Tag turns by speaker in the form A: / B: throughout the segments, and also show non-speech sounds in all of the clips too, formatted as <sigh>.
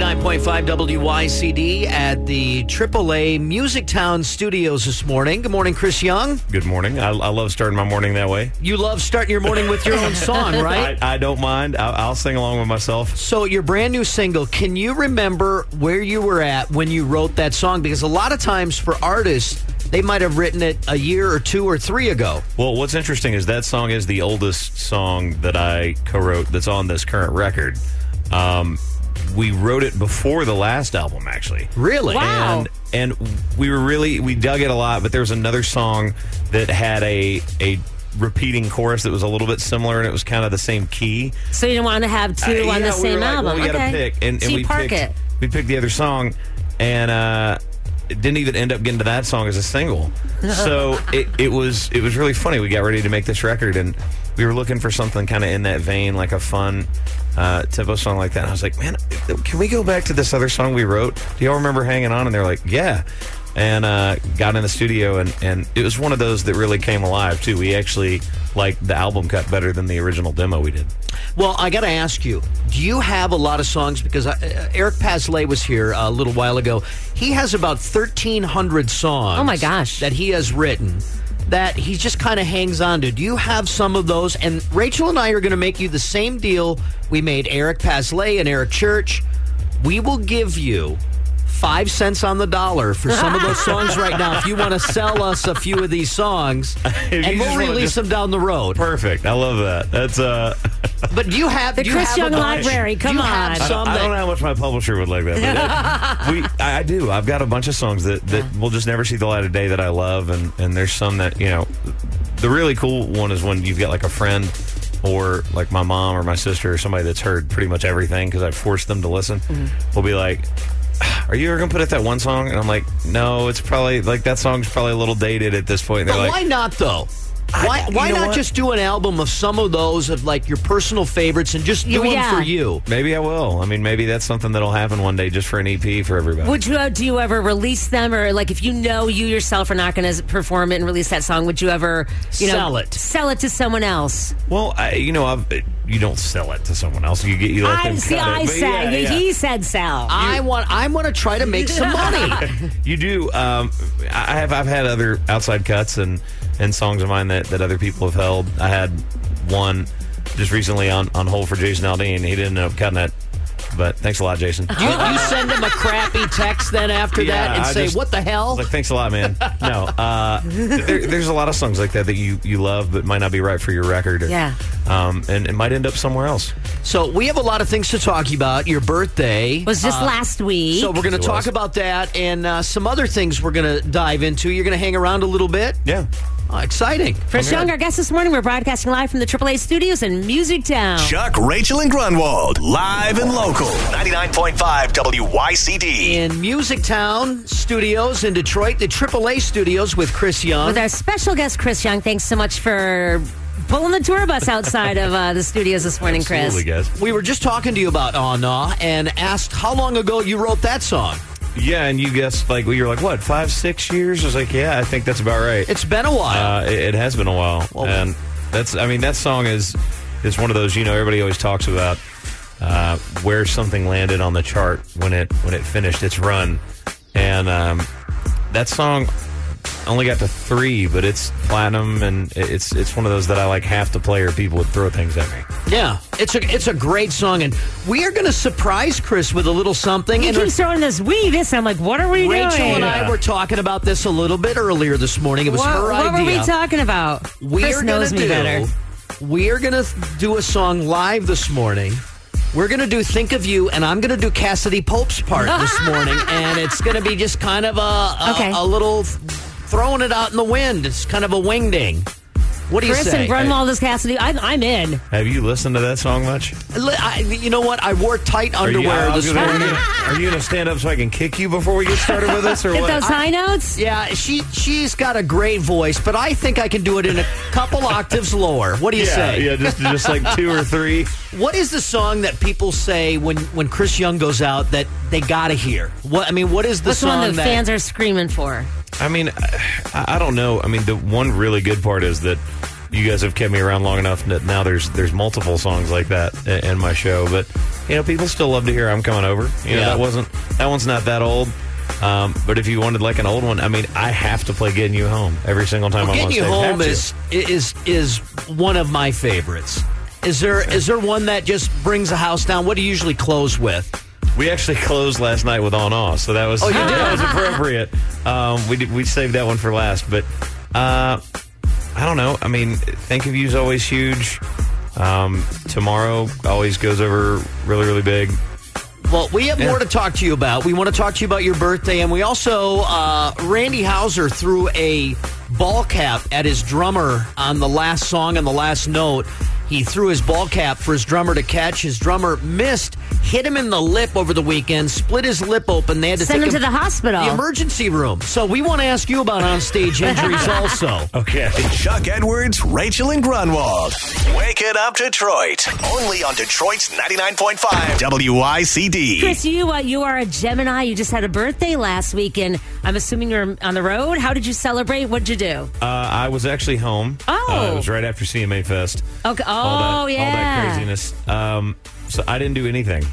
A: 99.5 WYCD at the AAA Music Town Studios this morning. Good morning, Chris Young.
B: Good morning. I, I love starting my morning that way.
A: You love starting your morning with your own song, right?
B: I, I don't mind. I, I'll sing along with myself.
A: So, your brand new single, can you remember where you were at when you wrote that song? Because a lot of times for artists, they might have written it a year or two or three ago.
B: Well, what's interesting is that song is the oldest song that I co-wrote that's on this current record. Um, we wrote it before the last album, actually.
A: Really?
C: Wow.
B: And and we were really we dug it a lot, but there was another song that had a a repeating chorus that was a little bit similar and it was kind of the same key.
C: So you don't want to have two
B: Uh, yeah,
C: on the
B: we
C: same
B: were like,
C: album.
B: Well, we
C: okay.
B: gotta pick, and, and
C: so you
B: we
C: park
B: picked,
C: it.
B: We picked the other song, and uh, it didn't even end up getting to that song as a single. so it, it was it was really funny. We got ready to make this record, and we were looking for something kind of in that vein, like a fun. Uh, tempo song like that. And I was like, man, can we go back to this other song we wrote? Do y'all remember hanging on? And they're like, yeah. And uh, got in the studio, and, and it was one of those that really came alive, too. We actually liked the album cut better than the original demo we did.
A: Well, I got to ask you, do you have a lot of songs? Because I, uh, Eric Pasley was here uh, a little while ago. He has about 1,300 songs.
C: Oh, my gosh.
A: That he has written that he just kind of hangs on to. Do you have some of those? And Rachel and I are going to make you the same deal we made Eric Pasley and Eric Church. We will give you. Five cents on the dollar for some
C: <laughs>
A: of those songs right now. If you want to sell us a few of these songs, and
B: If you
A: we'll
B: just wanna
A: release
B: just-
A: them down the road.
B: Perfect. I love that. That's uh
A: But do you have
C: The
A: do you
C: Chris
A: have a
C: Young
A: bunch?
C: Library,
A: Do
C: come
A: you have
C: on.
A: some
B: I don't, I
A: that-
B: don't know how much my publisher would like that. But
A: <laughs>
B: that- we, I, I do. I've got a bunch of songs that, that will just never see the light of day that I love, and and there's some that you know. The really cool one is when you've got like a friend or like my mom or my sister or somebody that's heard pretty much everything because I forced them to listen.
A: Mm-hmm.
B: Will be like. Are you ever gonna put out that one song? And I'm like, no, it's probably like that song's probably a little dated at this point. And
A: But
B: they're like,
A: why not though? Why,
B: you
A: why
B: know
A: not
B: what?
A: just do an album of some of those of like your personal favorites and just do
C: Yeah.
A: them for you?
B: maybe I will. I mean, maybe that's something that'll happen one day just for an EP for everybody.
C: Would you uh, do you ever release them or like if you know you yourself are not going to perform it and release that song? Would you ever you know,
A: Sell it.
C: Sell it to someone else.
B: Well, I, you know, I've, you don't sell it to someone else. You get you let
C: I
B: them
C: see.
B: cut it.
C: I
B: But
C: said
B: yeah, yeah.
C: he said sell.
A: I want I want to try to make some
C: <laughs>
A: money.
B: You do. Um, I I have. I've had other outside cuts and and songs of mine that that other people have held. I had one just recently on on hold for Jason Aldean. He didn't end up cutting it. But thanks a lot, Jason.
A: you,
C: Uh-huh.
A: you send them a crappy text then after that
B: Yeah,
A: and
B: I
A: say
B: just-
A: what the
B: I
A: hell?
B: was like, thanks a lot, man. No,
C: <laughs>
B: uh, there, there's a lot of songs like that that you, you love, but might not be right for your record. or-
C: Yeah.
B: Um, and it might end up somewhere else.
A: so we have a lot of things to talk about. Your birthday
C: was just
A: uh,
C: last week.
A: So we're going to
B: It
A: talk
B: was.
A: about that and uh, some other things we're going to dive into. You're going to hang around a little bit.
B: Yeah.
A: Uh, exciting.
C: Chris Young, our guest this morning, we're broadcasting live from the AAA studios in Music Town.
D: Chuck, Rachel, and Grunwald, live and local. 99.5 WYCD.
A: in Music Town Studios in Detroit, the AAA Studios with Chris Young.
C: With our special guest, Chris Young. Thanks so much for pulling the tour bus outside of uh, the studios this morning, Chris.
B: Absolutely, guys.
A: we were just talking to you about Aw Nah and asked how long ago you wrote that song.
B: Yeah, and you guessed like well, you're like what five six years? I was like, yeah, I think that's about right.
A: It's been a while.
B: uh, it, it has been a while,
A: Well-
B: and that's I mean that song is is one of those you know everybody always talks about uh, where something landed on the chart when it when it finished its run, and um, that song only got to three, but it's platinum, and it- it's it's one of those that I like half to play or people would throw things at me.
A: yeah, it's a it's a great song, and we are going to surprise Chris with a little something.
C: He
A: and
C: keeps throwing this we this. I'm like, what are we
A: Rachel
C: doing?
A: and
B: Yeah.
A: I were talking about this a little bit earlier this morning. It was
C: what,
A: her
C: what were
A: idea.
C: we talking about?
A: We
C: Chris
A: are
C: knows
A: gonna
C: me
A: do,
C: better.
A: We are gonna th- do a song live this morning. We're gonna do "Think of You," and I'm gonna do Cassidy Pope's part
C: <laughs>
A: this morning, and it's gonna be just kind of a a,
C: Okay.
A: a little th- throwing it out in the wind. It's kind of a wing ding. What do you
C: Chris
A: say?
C: and Brunwald is Cassidy. I'm, I'm in.
B: Have you listened to that song much?
A: Li- I- you know what? I wore tight
B: Are you,
A: underwear
B: I was
A: this
B: gonna-
A: morning.
B: are you gonna stand up so I can kick you before we get started with this,
A: <laughs>
B: or
C: Hit
B: what?
C: those high notes.
A: Yeah, she she's got a great voice, but I think I can do it in a
B: <laughs>
A: couple octaves lower. What do you
B: yeah,
A: say?
B: Yeah, just
A: <laughs>
B: just like two or three.
A: What is the song that people say when when Chris Young goes out that they gotta hear? What I mean, what is the
C: What's the
A: song
C: one that,
A: that
C: fans are screaming for?
B: I mean, I, I don't know. I mean, the one really good part is that you guys have kept me around long enough that now there's there's multiple songs like that i- in my show. But you know, people still love to hear "I'm Coming Over." You know,
A: Yeah.
B: that wasn't that one's not that old. Um, but if you wanted like an old one, I mean, I have to play "Getting You Home" every single time I'm on
A: Getting You
B: stage. Have
A: Home
B: to.
A: is is is one of my favorites. Is there is there one that just brings the house down? What do you usually close with?
B: We actually closed last night with On Off, so that
C: Oh,
B: was
A: you did?
B: <laughs> that was appropriate. Um, we did, we saved that one for last, but uh, I don't know. I mean, think of you's always huge. Um, tomorrow always goes over really really big.
A: Well, we have
B: Yeah.
A: more to talk to you about. We want to talk to you about your birthday, and we also uh, Randy Hauser threw a ball cap at his drummer on the last song on the last note. He threw his ball cap for his drummer to catch. His drummer missed, hit him in the lip over the weekend, split his lip open. They had to
C: Send
A: take
C: him to the hospital.
A: the emergency room. So we want to ask you about onstage
C: <laughs>
A: injuries also.
B: Okay.
D: Chuck Edwards, Rachel, and Grunwald. Wake it up, Detroit. Only on Detroit's 99.5 WICD.
C: Chris, you uh, you are a Gemini. You just had a birthday last weekend. I'm assuming you're on the road. How did you celebrate? What'd you do?
B: Uh, I was actually home.
C: Oh.
B: Uh, it was right after CMA Fest.
C: Okay. Oh
B: All that,
C: yeah.
B: all that craziness. Um, so I didn't do anything,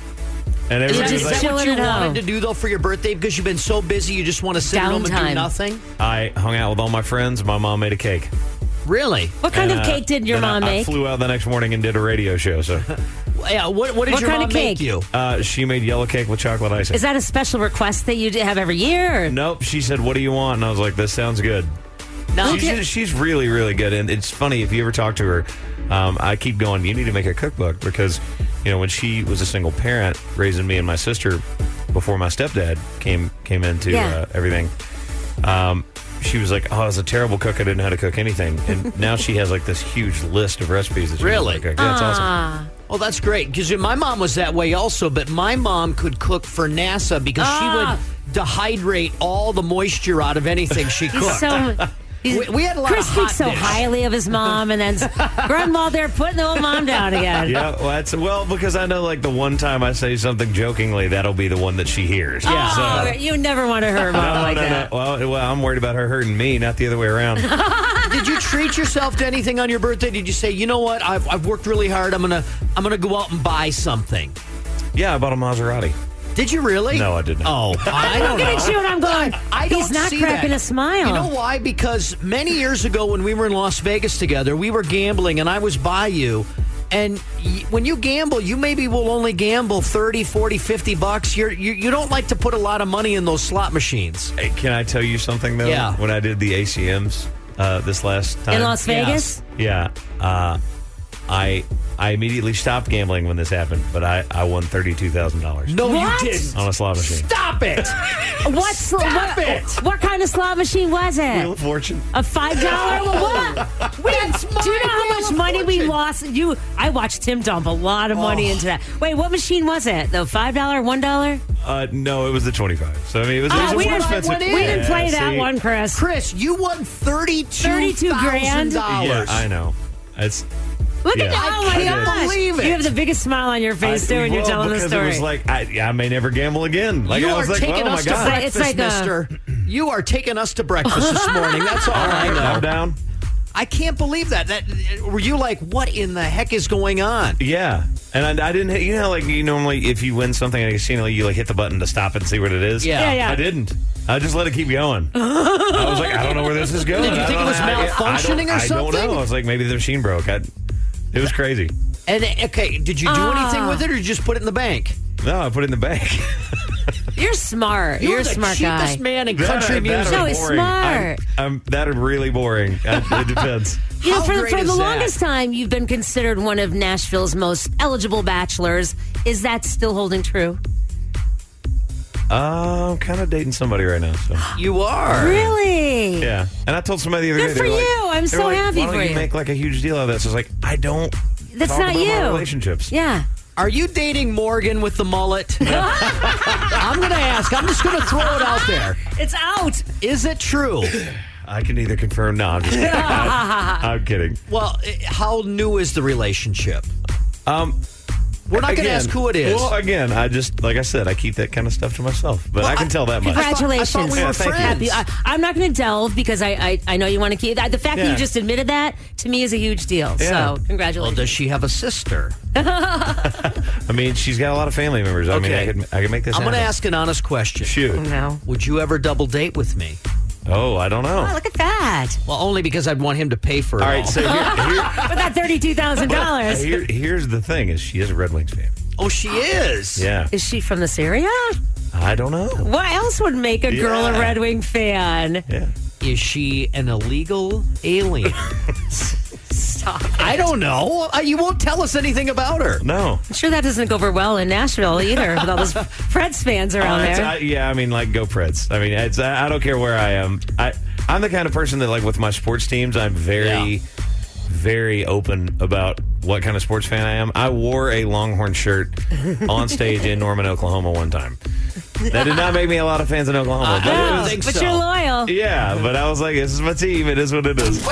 B: and everybody was
C: just
B: like,
A: Is that what
C: chilling
A: you
C: at home.
A: wanted to do though for your birthday because you've been so busy you just want to sit at home and do
C: Downtime.
A: nothing?
B: I hung out with all my friends. My mom made a cake.
A: Really?
C: What kind
B: And,
C: of
B: uh,
C: cake did your
B: then I-
C: mom
B: I
C: make?
B: flew out the next morning and did a radio show. So <laughs>
A: Yeah, what, what did
C: What
A: your
C: kind
A: mom
C: of
A: make
C: cake?
A: you?
B: uh, she made yellow cake with chocolate icing.
C: Is that a special request that you have every year? or-
B: nope. She said, "What do you want?" And I was like, "This sounds good."
A: Now,
B: She's, she's really, really good, and it's funny if you ever talk to her. Um, I keep going. You need to make a cookbook because, you know, when she was a single parent raising me and my sister before my stepdad came came into
C: Yeah.
B: uh, everything, um, she was like, "Oh, I was a terrible cook. I didn't know how to cook anything."
C: <laughs>
B: And now she has like this huge list of recipes. That she knows how to
A: Really?
B: cook. Yeah, it's awesome.
C: Ah,
A: well, that's great because my mom was that way also, but my mom could cook for NASA because
C: Ah.
A: she would dehydrate all the moisture out of anything she cooked.
C: <laughs> He's so. he's-
A: We- we had a lot
C: Chris
A: of hot
C: speaks so
A: dish.
C: highly of his mom,
A: <laughs>
C: and then grandma there putting the old mom down again.
B: Yeah, well, that's well because I know like the one time I say something jokingly, that'll be the one that she hears.
A: Yeah.
B: So-
C: Oh, you never want to hurt mom
B: No,
C: like
B: no,
C: that.
B: no. Well, well, I'm worried about her hurting me, not the other way
C: <laughs>
B: around.
A: <laughs> Did you treat yourself to anything on your birthday? Did you say, you know what, I've, I've worked really hard. I'm gonna I'm gonna go out and buy something.
B: yeah, I bought a Maserati.
A: Did you really?
B: No, I did not.
A: Oh, I don't
C: <laughs> Look
A: know.
C: at you, and I'm going.
A: I
C: he's
A: don't
C: not
A: see
C: cracking
A: that.
C: a smile.
A: You know why? Because many years ago, when we were in Las Vegas together, we were gambling, and I was by you. And y- when you gamble, you maybe will only gamble 30, 40, 50 bucks. You're, you you don't like to put a lot of money in those slot machines.
B: Hey, can I tell you something though?
A: Yeah.
B: When I did the ACMs uh, this last time
C: in Las Vegas.
A: Yes.
B: Yeah. Uh, I I immediately stopped gambling when this happened, but I I won thirty two thousand dollars
A: No,
C: What? Oh,
A: you didn't.
B: on a slot machine.
A: Stop
C: <laughs>
A: it.
C: What, sl- what,
A: it.
C: what kind of slot machine was
B: Wheel
C: it?
B: of Fortune.
C: A
B: <laughs>
C: five dollar? what?
A: That's my
C: Do you know how much money we lost? You, I watched him dump a lot of money into that. Wait, what machine was it? The five dollar, one dollar?
B: Uh, no, Oh. it was the twenty five. So I mean, it was, it was
C: Ah,
B: more
C: we, didn't-
B: expensive.
A: went
C: we
A: in.
C: didn't play
B: Yeah,
C: that
B: see?
C: one, Chris.
A: Chris, you won $32,000.
C: 32 grand?
B: Yeah, I know. It's
C: Look
B: Yeah.
C: at that! Oh
B: I
C: my
B: did.
C: gosh!
A: Believe it.
C: You have the biggest smile on your face
B: I-
C: too when you're
B: well,
C: telling the
B: because
C: story.
B: It was like I, I may never gamble again. Like
A: you
B: I
A: are
B: was like,
A: taking
B: oh
A: us
B: my
A: to
B: god,
A: breakfast,
C: It's like a-
A: mister. You are taking us to breakfast
C: <laughs>
A: this morning. That's all I know.
B: I'm down.
A: I can't believe that. That were you like, what in the heck is going on?
B: Yeah, and I, I didn't. hit- You know, how, like you normally if you win something at a casino, you like hit the button to stop it and see what it is.
A: Yeah. Yeah,
C: yeah.
B: I didn't. I just let it keep
A: <laughs>
B: going. I was like, I don't know where this is going.
A: Did you
B: I
A: think it
B: don't
A: was
B: know how- I-
A: malfunctioning or
B: I don't, I
A: something?
B: don't know. I was like, maybe the machine broke. I, it was crazy.
A: And okay, did you do
C: Ah.
A: anything with it, or you just put it in the bank?
B: No, I put it in the bank. <laughs>
C: you're smart. You're,
A: You're
C: a
A: the
C: smart guy.
A: cheapest man in
B: That-
A: country
B: that
A: music.
B: are
C: No, it's
B: boring. I'm,
C: smart.
B: I'm- that are really boring. I,
A: <laughs>
B: it depends.
C: You know,
A: How
C: for, the-
A: great
C: for
A: is
C: the
A: that?
C: longest time, you've been considered one of Nashville's most eligible bachelors. Is that still holding true?
B: Uh, I'm kind of dating somebody right now. So.
A: You are.
C: Really?
B: Yeah, and I told somebody the other
C: Good
B: day.
C: for
B: they were
C: you.
B: Like,
C: I'm
B: they
C: so
B: were like,
C: happy
B: Why don't
C: for
B: you
C: you."
B: make like a huge deal out of this. I was like, I don't.
C: That's
B: talk
C: not
B: about my
C: you.
B: relationships.
C: Yeah.
A: Are you dating Morgan with the mullet? <laughs> I'm gonna ask. I'm just gonna throw it out there.
C: It's out.
A: Is it true?
B: I can either confirm. No, I'm just
C: <laughs>
B: kidding. I, am kidding.
A: Well, eh, how new is the relationship?
B: Um,
A: We're not going to
B: Again-
A: ask who it is.
B: Well, again, I just like I said, I keep that kind of stuff to myself, but I can
A: I-
B: tell that much.
C: Congratulations.
A: I thought we were
B: Yeah, thank you.
A: friends.
C: Happy- I, I'm not going to delve because I, I, I know you want to keep that. The fact that
B: Yeah.
C: you just admitted that to me is a huge deal.
B: Yeah.
C: So,
A: well,
C: congratulations.
A: does she have a sister?
B: I mean, she's got a lot of family members. I mean, I
A: Okay.
B: could I could make this.
A: I'm going to
B: happen.
A: ask an honest question.
B: Shoot.
C: no.
A: Would you ever double date with me?
B: Oh, I don't know.
C: Oh,
B: All
C: look at that.
A: Well, only because I'd want him to pay for it.
B: right, so
C: <laughs>
B: here,
C: For that
B: here,
C: $32,000.
B: here- here's the thing: is she is a Red Wings fan?
A: oh, she is.
B: <laughs> Yeah,
C: Is she from this area?
B: I don't know.
C: What else would make a girl
B: Yeah.
C: a Red Wing fan?
B: Yeah,
A: Is she an illegal alien?
C: Stop.
A: <laughs> I don't know. Uh, You won't tell us anything about her.
B: no.
C: I'm sure that doesn't go over well in Nashville either
B: <laughs>
C: with all those Preds fans around
B: It's-
C: there.
B: I, yeah, I mean, like go Preds. I mean, it's, I, I don't care where I am. I I'm the kind of person that like with my sports teams, I'm very,
A: Yeah.
B: very open about what kind of sports fan I am. I wore a Longhorn shirt on stage in Norman, Oklahoma, one time. That did not make me a lot of fans in Oklahoma.
C: Uh-huh.
B: but
A: I
B: it
A: don't
B: was-
A: think
C: but
A: so.
C: you're loyal.
B: yeah, but I was like, this is my team. It is what it is.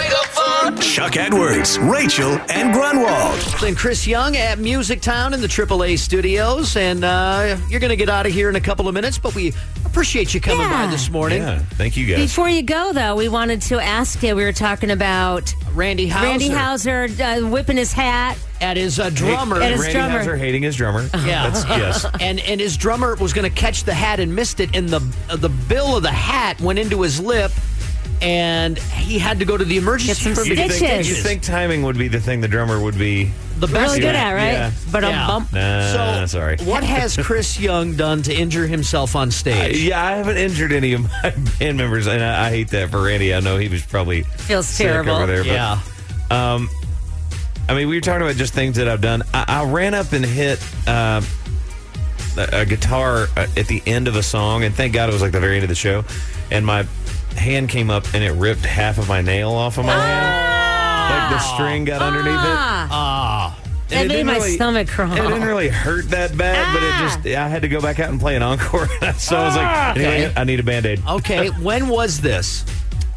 D: Chuck Edwards, Rachel, and Grunwald.
A: And Chris Young at Music Town in the AAA studios. And uh, you're going to get out of here in a couple of minutes, but we appreciate you coming
C: Yeah.
A: by this morning.
B: Yeah, thank you guys.
C: Before you go, though, we wanted to ask you. We were talking about
A: Randy Houser
C: Randy Hauser uh, whipping his hat.
A: at his uh, drummer. Uh-huh.
C: At his
B: Randy
C: drummer.
B: Hauser hating his drummer.
A: Yeah.
B: That's, yes.
A: and and his drummer was going to catch the hat and missed it, and the uh, the bill of the hat went into his lip, and he had to go to the emergency
C: Get some
A: room. to
B: You
A: get
B: think,
C: Stitches.
B: you think timing would be the thing the drummer would be?
A: the best
C: Really good
A: one.
C: at, right?
B: Yeah.
C: But
A: Yeah.
C: a bump.
B: Nah,
A: So
B: sorry.
A: What
B: <laughs>
A: has Chris Young done to injure himself on stage?
B: Yeah, I haven't injured any of my <laughs> band members, and I, I hate that for Randy. I know he was probably
C: Feels
B: sick
C: terrible.
B: over there. but,
A: yeah.
B: I mean, we were talking about just things that I've done. I, I ran up and hit uh, a, a guitar uh, at the end of a song, and thank God it was like the very end of the show, and my hand came up and it ripped half of my nail off of my
A: Ah!
B: hand. Like the string got underneath it.
C: Ah,
B: And it
C: that Ah! made
B: didn't
C: my
B: really-
C: stomach
B: It didn't
C: crawl.
B: really hurt that bad,
C: Ah.
B: but it just, I had to go back out and play an encore. <laughs> so I was like, anyway,
A: Ah! Okay.
B: I need a band aid.
A: Okay. when was this?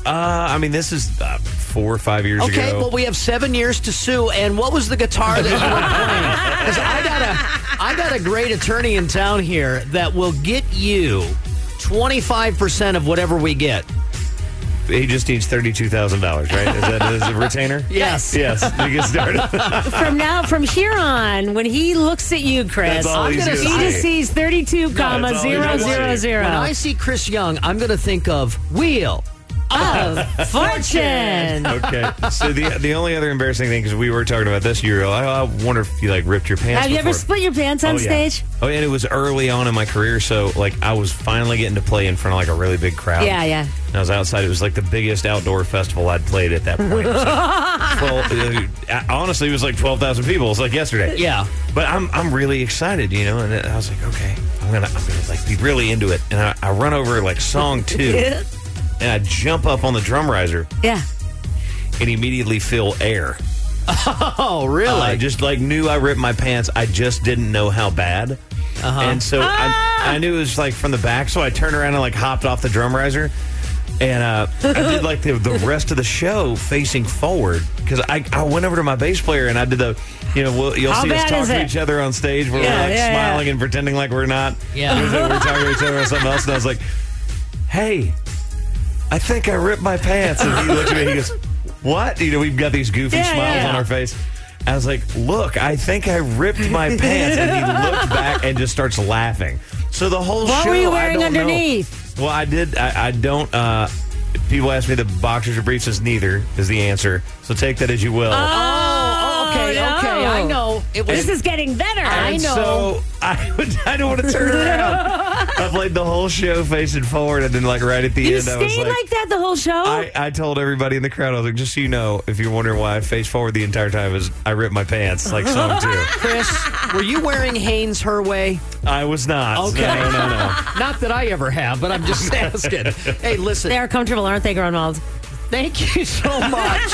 B: Uh, I mean, this is uh, four or five years
A: Okay.
B: ago.
A: Well, we have seven years to sue. And what was the guitar that you were
B: <laughs>
A: playing? Because I got a I got a great attorney in town here that will get you twenty five percent of whatever we get.
B: he just needs thirty-two thousand dollars, right? Is that
C: <laughs>
B: is it a retainer?
A: Yes.
B: Yes, you get started.
C: from now, from here on, when he looks at you, Chris,
B: That's all
A: I'm
B: he's
A: gonna-
B: gonna
A: I
C: he just
B: say.
C: sees thirty-two comma
B: all he's
C: zero
B: gonna
C: zero
B: see.
C: zero
A: When I see Chris Young, I'm going to think of Wheel. <laughs>
C: of Oh, fortune.
B: Okay. So the the only other embarrassing thing is we were talking about this. You were like, oh, I wonder if you like ripped your pants.
C: Have you ever
B: before.
C: split your pants on
B: Oh, yeah.
C: stage?
B: Oh, and it was early on in my career, so like I was finally getting to play in front of like a really big crowd.
C: Yeah, yeah.
B: And I was outside. It was like the biggest outdoor festival I'd played at that point. It was
C: <laughs>
B: like 12, uh, honestly, it was like twelve thousand people. It was like yesterday.
A: Yeah.
B: But I'm I'm really excited, you know. And I was like, okay, I'm gonna I'm gonna like be really into it. And I, I run over like song two, and I jump up on the drum riser
C: Yeah.
B: and immediately feel air.
A: Oh, really?
B: I just like knew I ripped my pants. I just didn't know how bad.
C: Uh-huh.
B: And so
C: Ah!
B: I, I knew it was like from the back. So I turned around and like hopped off the drum riser. And uh, I did like the, the rest of the show facing forward because I, I went over to my bass player and I did the, you know, we'll, you'll
C: How
B: see us
C: bad
B: talk
C: is
B: to
C: it?
B: each other on stage where
C: Yeah,
B: we're like
C: yeah, yeah.
B: smiling and pretending like we're not.
A: Yeah.
B: We're talking to each other or something else. And I was like, hey, I think I ripped my pants. And he looked at me and he goes, What? You know, we've got these goofy
C: Yeah,
B: smiles
C: yeah.
B: on our face. I was like, Look, I think I ripped
C: <laughs>
B: my pants. And he looked back and just starts laughing. So the whole
C: What
B: show.
C: were you
B: I
C: wearing
B: don't know-
C: underneath?
B: Well, I did. I, I don't. uh People ask me the boxers or briefs is neither is the answer. So take that as you will.
C: Uh,
A: oh, okay,
C: no.
A: okay. I know. It was.
C: This is getting better.
A: I
B: And
A: know.
B: So I, would, I don't want to turn
C: <laughs>
B: around. I played the whole show facing forward, and then like right at the
C: You
B: end, I was
C: stayed like that the whole show?
B: I, I told everybody in the crowd, I was like, just so you know, if you're wondering why I face forward the entire time, is I ripped my pants like song two.
A: Chris, were you wearing Hanes her way?
B: I was not.
A: Okay.
B: No, no, no.
A: Not that I ever have, but I'm <laughs> just asking. Hey, listen.
C: they are comfortable, aren't they, Grunwald?
A: Thank you so <laughs> much.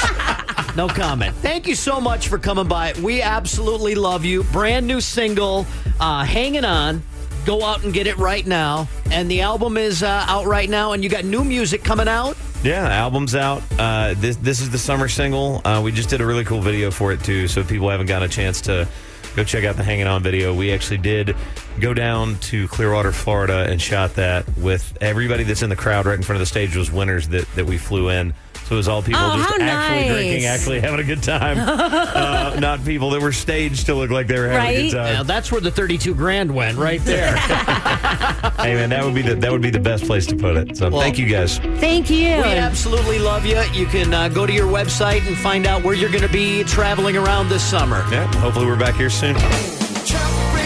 A: no comment. Thank you so much for coming by. We absolutely love you. Brand new single, uh, Hanging On. Go out and get it right now. And the album is uh, out right now, and you got new music coming out.
B: Yeah, album's out. Uh, this this is the summer single. Uh, we just did a really cool video for it too, so if people haven't got a chance to go check out the Hanging On video. We actually did go down to Clearwater, Florida, and shot that with everybody that's in the crowd right in front of the stage was winners that, that we flew in. So it was all people
C: Oh,
B: just
C: how
B: actually
C: nice.
B: drinking, actually having a good
C: <laughs>
B: time, uh, not people that were staged to look like they were having a good
C: Right?
B: time.
A: Now that's where the 32 grand went, right <laughs> there.
B: Hey man, that would be the that would be the best place to put it. So
A: Well-
B: thank you guys.
C: Thank you.
A: we absolutely love you. You can uh, go to your website and find out where you're going to be traveling around this summer.
B: Yeah, hopefully we're back here soon.
D: Chuck